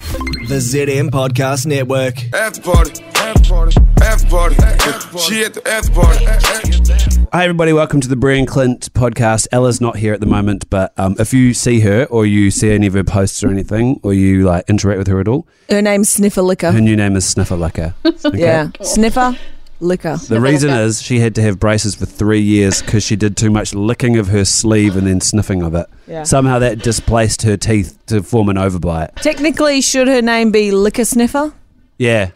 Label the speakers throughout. Speaker 1: The ZM Podcast Network.
Speaker 2: After party. After party. After party. She at the after party.
Speaker 3: Hi, everybody. Welcome to the Brie and Clint podcast. Ella's not here at the moment, but um, if you see her or you see any of her posts or anything, or you like interact with her at all,
Speaker 4: Her name's Sniffer Liquor.
Speaker 3: her new name is Sniffer Licker. Okay?
Speaker 4: Yeah. Sniffer Liquor.
Speaker 3: The reason is she had to have braces for three years because she did too much licking of her sleeve and then sniffing of it.
Speaker 4: Yeah.
Speaker 3: Somehow that displaced her teeth to form an overbite.
Speaker 4: Technically, should her name be Liquor Sniffer?
Speaker 3: Yeah,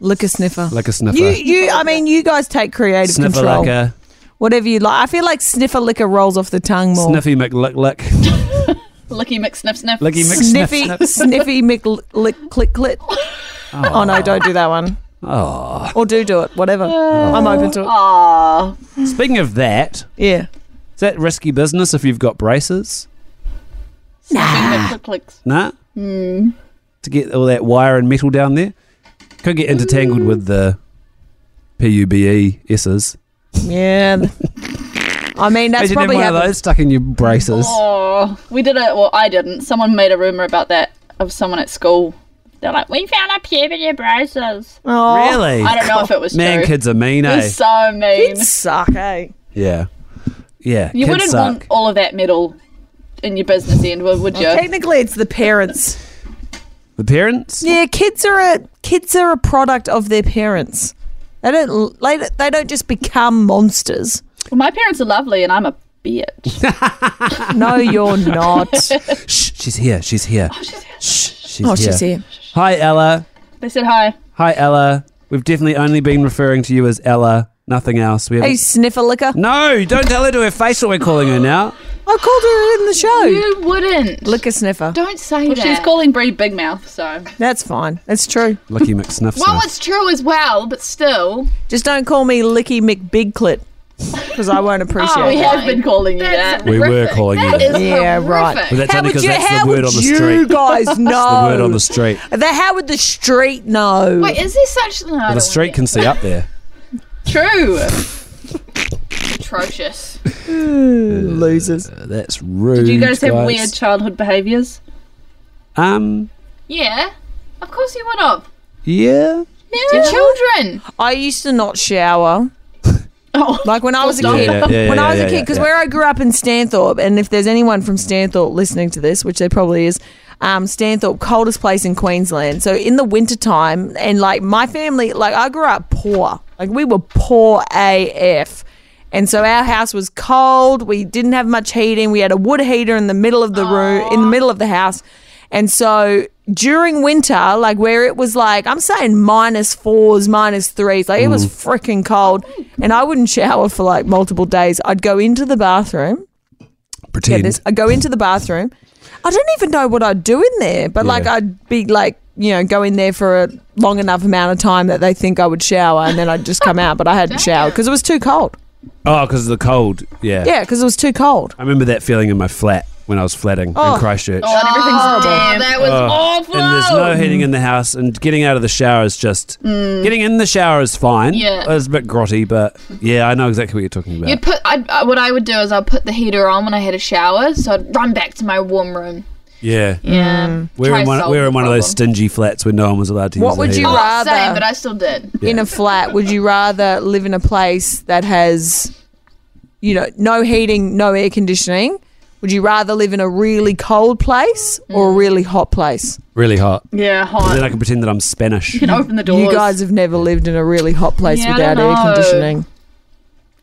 Speaker 4: Liquor Sniffer.
Speaker 3: like a sniffer.
Speaker 4: you, you. I mean, you guys take creative
Speaker 3: sniffer
Speaker 4: control.
Speaker 3: Licker,
Speaker 4: Whatever you like. I feel like Sniffer Liquor rolls off the tongue more.
Speaker 3: Sniffy McLick Lick,
Speaker 5: Licky McSniff Sniff.
Speaker 3: Licky McSniff.
Speaker 4: Sniffy, sniffy, McLick, click, click. Oh no, don't do that one.
Speaker 3: Oh.
Speaker 4: Or do do it, whatever. I'm open to it.
Speaker 5: Aw.
Speaker 3: Speaking of that,
Speaker 4: Yeah.
Speaker 3: is that risky business if you've got braces?
Speaker 5: Nah.
Speaker 3: Ah.
Speaker 5: Click clicks.
Speaker 3: Nah. To get all that wire and metal down there, could get intertangled with the pube E s's.
Speaker 4: Yeah. I mean,
Speaker 3: Imagine
Speaker 4: that's
Speaker 3: having
Speaker 4: probably
Speaker 3: one of
Speaker 4: happened.
Speaker 3: those stuck in your braces.
Speaker 5: Oh, we did it. Well, I didn't. Someone made a rumor about that of someone at school. They're like, we found a puberty braces.
Speaker 4: Oh,
Speaker 3: Really?
Speaker 5: I don't know if it was
Speaker 3: Man,
Speaker 5: true.
Speaker 3: kids are mean,
Speaker 5: It
Speaker 3: eh?
Speaker 5: was so mean.
Speaker 4: Kids suck, eh?
Speaker 3: yeah. Yeah.
Speaker 5: You
Speaker 3: kids
Speaker 5: wouldn't
Speaker 3: suck.
Speaker 5: want all of that metal in your business end, would would you?
Speaker 4: Technically, it's the parents.
Speaker 3: the parents?
Speaker 4: Yeah, kids are a kids are a product of their parents. They don't they, don't- they don't just become monsters.
Speaker 5: Well, my parents are lovely, and I'm a bitch.
Speaker 4: No, you're not.
Speaker 3: Shh, she's here. She's here. Shh, she's
Speaker 4: oh,
Speaker 3: here.
Speaker 4: she's here.
Speaker 3: Hi, Ella.
Speaker 5: they said hi.
Speaker 3: Hi, Ella. We've definitely only been referring to you as Ella. Nothing else. We
Speaker 4: Hey,
Speaker 3: haven't.
Speaker 4: sniffer liquor.
Speaker 3: No, don't tell her to her face what we're calling her now.
Speaker 4: I called her in the show.
Speaker 5: You wouldn't.
Speaker 4: Liquor sniffer.
Speaker 5: Don't say well, that. She's calling Bree Big Mouth, so.
Speaker 4: That's fine. That's true.
Speaker 3: Lucky McSniff.
Speaker 5: Well,
Speaker 3: Sniff.
Speaker 5: Oh, it's true as well, but still.
Speaker 4: Just don't call me Licky McBigclit because I won't appreciate
Speaker 5: Oh, we
Speaker 4: it.
Speaker 5: have been calling you that.
Speaker 3: We were calling you
Speaker 5: That
Speaker 3: that.
Speaker 5: is
Speaker 4: Yeah, right.
Speaker 5: horrific.
Speaker 3: But that's
Speaker 4: How
Speaker 3: only
Speaker 4: would
Speaker 3: because
Speaker 4: you?
Speaker 3: that's
Speaker 4: How
Speaker 3: the word
Speaker 4: would
Speaker 3: on the
Speaker 4: you
Speaker 3: street.
Speaker 4: guys
Speaker 3: the
Speaker 4: know?
Speaker 3: word on the street.
Speaker 4: The, how would the street know?
Speaker 5: Wait, is there such? No, I
Speaker 3: The
Speaker 5: don't
Speaker 3: street
Speaker 5: wanna
Speaker 3: can see up there.
Speaker 5: get- True. Atrocious.
Speaker 4: Losers.
Speaker 3: Uh, That's rude.
Speaker 5: Do you guys have weird childhood behaviours?
Speaker 3: Um.
Speaker 5: Yeah, of course you would have.
Speaker 3: Yeah.
Speaker 5: Your children.
Speaker 4: I used to not shower.
Speaker 5: Oh.
Speaker 4: Like when I was a
Speaker 3: Yeah,
Speaker 4: kid.
Speaker 3: yeah, yeah,
Speaker 4: when
Speaker 3: yeah,
Speaker 4: I was
Speaker 3: yeah,
Speaker 4: a kid, because
Speaker 3: yeah.
Speaker 4: where I grew up in Stanthorpe, and if there's anyone from Stanthorpe listening to this, which there probably is, um, Stanthorpe, coldest place in Queensland. So in the wintertime, and like my family, like I grew up poor. Like we were poor AF. And so our house was cold. We didn't have much heating. We had a wood heater in the middle of the room, in the middle of the house. And so during winter, like where it was like, I'm saying minus fours, minus threes, like it was freaking cold. And I wouldn't shower for like multiple days. I'd go into the bathroom. Get
Speaker 3: Pretend.
Speaker 4: this. I'd go into the bathroom. I don't even know what I'd do in there, but like
Speaker 3: Yeah.
Speaker 4: I'd be like, you know, go in there for a long enough amount of time that they think I would shower and then I'd just come out, but I hadn't showered because it was too cold.
Speaker 3: Oh, because of the cold. Yeah.
Speaker 4: Yeah, because it was too cold.
Speaker 3: I remember that feeling in my flat when I was flatting
Speaker 4: Oh.
Speaker 3: in Christchurch.
Speaker 5: and everything's damn. Oh, That was awful.
Speaker 3: Uh, And there's no heating in the house, and getting out of the shower is just
Speaker 4: Mm.
Speaker 3: getting in the shower is fine.
Speaker 5: Yeah.
Speaker 3: it's a bit grotty, but yeah, I know exactly what you're talking about.
Speaker 5: You'd put. I'd, I, what I would do is I'd put the heater on when I had a shower, so I'd run back to my warm room.
Speaker 3: Yeah,
Speaker 5: Yeah,
Speaker 4: Mm.
Speaker 3: we're
Speaker 5: Try
Speaker 3: in one,
Speaker 5: solve
Speaker 3: we're
Speaker 5: the
Speaker 3: in one of those
Speaker 5: problem.
Speaker 3: stingy flats where no one was allowed to
Speaker 4: What
Speaker 3: use. the
Speaker 4: would you
Speaker 3: heater.
Speaker 4: rather-
Speaker 5: Oh, same, but I still did.
Speaker 4: in a flat, would you rather live in a place that has, you know, no heating, no air conditioning? Would you rather live in a really cold place or a
Speaker 5: Mm.
Speaker 4: really hot place?
Speaker 3: Really hot.
Speaker 5: Yeah, hot.
Speaker 3: Then I can pretend that I'm Spanish.
Speaker 5: can open the doors.
Speaker 4: You guys have never lived in a really hot place
Speaker 5: Yeah, I
Speaker 4: without
Speaker 5: don't
Speaker 4: air
Speaker 5: know. Mm.
Speaker 4: conditioning.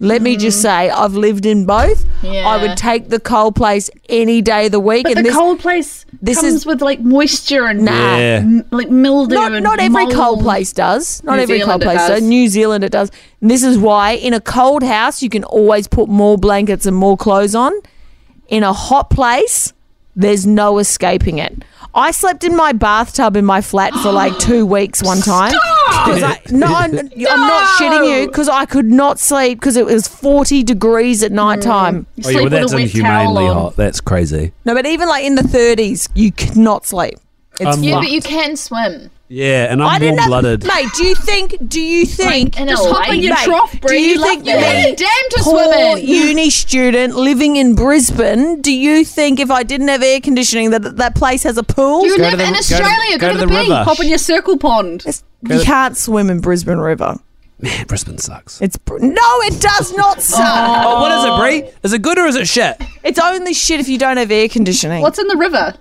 Speaker 4: Let me just say, I've lived in both. I
Speaker 5: Yeah.
Speaker 4: would take the cold place any day of the week.
Speaker 5: But
Speaker 4: and
Speaker 5: the
Speaker 4: this,
Speaker 5: cold place
Speaker 4: this
Speaker 5: comes
Speaker 4: is-
Speaker 5: with like moisture and
Speaker 4: Nah.
Speaker 3: Yeah.
Speaker 5: m- like mildew
Speaker 4: not,
Speaker 5: and
Speaker 4: not every
Speaker 5: mold.
Speaker 4: cold place does. Not
Speaker 5: New
Speaker 4: every cold
Speaker 5: Zealand it
Speaker 4: place does.
Speaker 5: does.
Speaker 4: New Zealand it does. And this is why in a cold house you can always put more blankets and more clothes on. In a hot place, There's no escaping it. I slept in my bathtub in my flat for like two weeks one time.
Speaker 3: Oh,
Speaker 4: 'Cause I- no, I'm, I'm not shitting you because I could not sleep because it was 40 degrees at
Speaker 5: Mm.
Speaker 4: night time.
Speaker 5: You
Speaker 3: Oh, yeah, well,
Speaker 5: sleep
Speaker 3: that's
Speaker 5: with a wet towel
Speaker 3: inhumanely
Speaker 5: on.
Speaker 3: hot. That's crazy.
Speaker 4: No, but even like in the 30s, you cannot sleep. It's
Speaker 3: Um,
Speaker 4: fucked.
Speaker 5: Yeah, but you can swim.
Speaker 3: Yeah, and
Speaker 4: I
Speaker 3: I'm warm
Speaker 4: didn't have,
Speaker 3: blooded.
Speaker 4: mate. Do you think? Do you think?
Speaker 5: in
Speaker 4: Just
Speaker 5: a
Speaker 4: hop in
Speaker 5: lake.
Speaker 4: your
Speaker 5: Mate,
Speaker 4: trough,
Speaker 5: do
Speaker 4: Bree.
Speaker 5: you
Speaker 4: You think
Speaker 5: love that?
Speaker 4: me,
Speaker 5: Yeah, damn to
Speaker 4: poor
Speaker 5: swim in.
Speaker 4: uni student living in Brisbane? Do you think if I didn't have air conditioning that that place has a pool?
Speaker 5: You
Speaker 3: go
Speaker 5: live
Speaker 3: to the-
Speaker 5: in
Speaker 3: go to-
Speaker 5: Australia. Go, to, the, beach.
Speaker 3: river.
Speaker 5: Hop in your circle pond.
Speaker 4: It's- you can't swim in Brisbane River.
Speaker 3: Man, Brisbane sucks.
Speaker 4: It's br- no, it does not suck.
Speaker 3: Oh, what is it, Brie? Is it good or is it shit?
Speaker 4: It's only shit if you don't have air conditioning.
Speaker 5: What's in the river?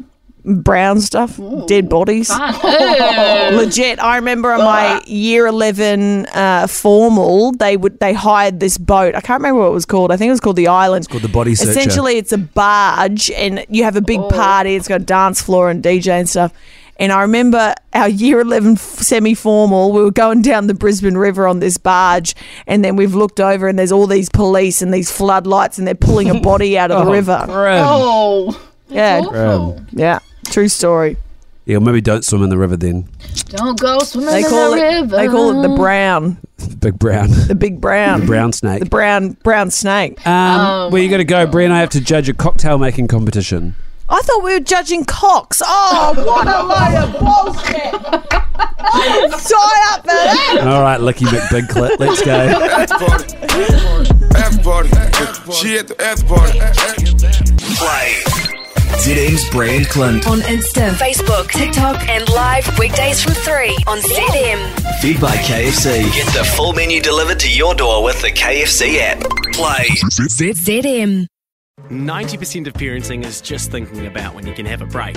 Speaker 4: brown stuff? Dead bodies.
Speaker 5: Oh.
Speaker 4: legit i remember on my year 11 uh, formal they would they hired this boat i can't remember what it was called i think it was called the island it's
Speaker 3: called the Body Searcher.
Speaker 4: essentially it's a barge and you have a big
Speaker 5: Oh.
Speaker 4: party it's got a dance floor and dj and stuff and I remember our year 11 semi formal, we were going down the Brisbane River on this barge, and then we've looked over, and there's all these police and these floodlights, and they're pulling a body out of the river.
Speaker 3: Grim.
Speaker 5: Oh,
Speaker 4: yeah,
Speaker 5: awful.
Speaker 4: yeah, true story.
Speaker 3: Yeah, maybe don't swim in the river then.
Speaker 5: Don't go swimming
Speaker 4: They
Speaker 5: in
Speaker 4: call,
Speaker 5: the
Speaker 4: it,
Speaker 5: river.
Speaker 4: they call it the brown,
Speaker 3: Big brown,
Speaker 4: the big brown.
Speaker 3: brown snake.
Speaker 4: The brown brown snake.
Speaker 3: um, where you got to go, Brie? And I have to judge a cocktail making competition.
Speaker 4: I thought we were judging cocks. Oh, what a load of bullshit! I'm tied up for that.
Speaker 3: All right, Licky McBigclit, let's go.
Speaker 2: After party. After party. She at the after party.
Speaker 6: Play.
Speaker 1: ZM's Brand Clunt.
Speaker 7: On Insta, Facebook, TikTok, and live weekdays from 3 on ZM.
Speaker 1: Fed by KFC.
Speaker 6: Get the full menu delivered to your door with the KFC app. Play.
Speaker 7: ZM.
Speaker 8: 90% of parenting is just thinking about when you can have a break.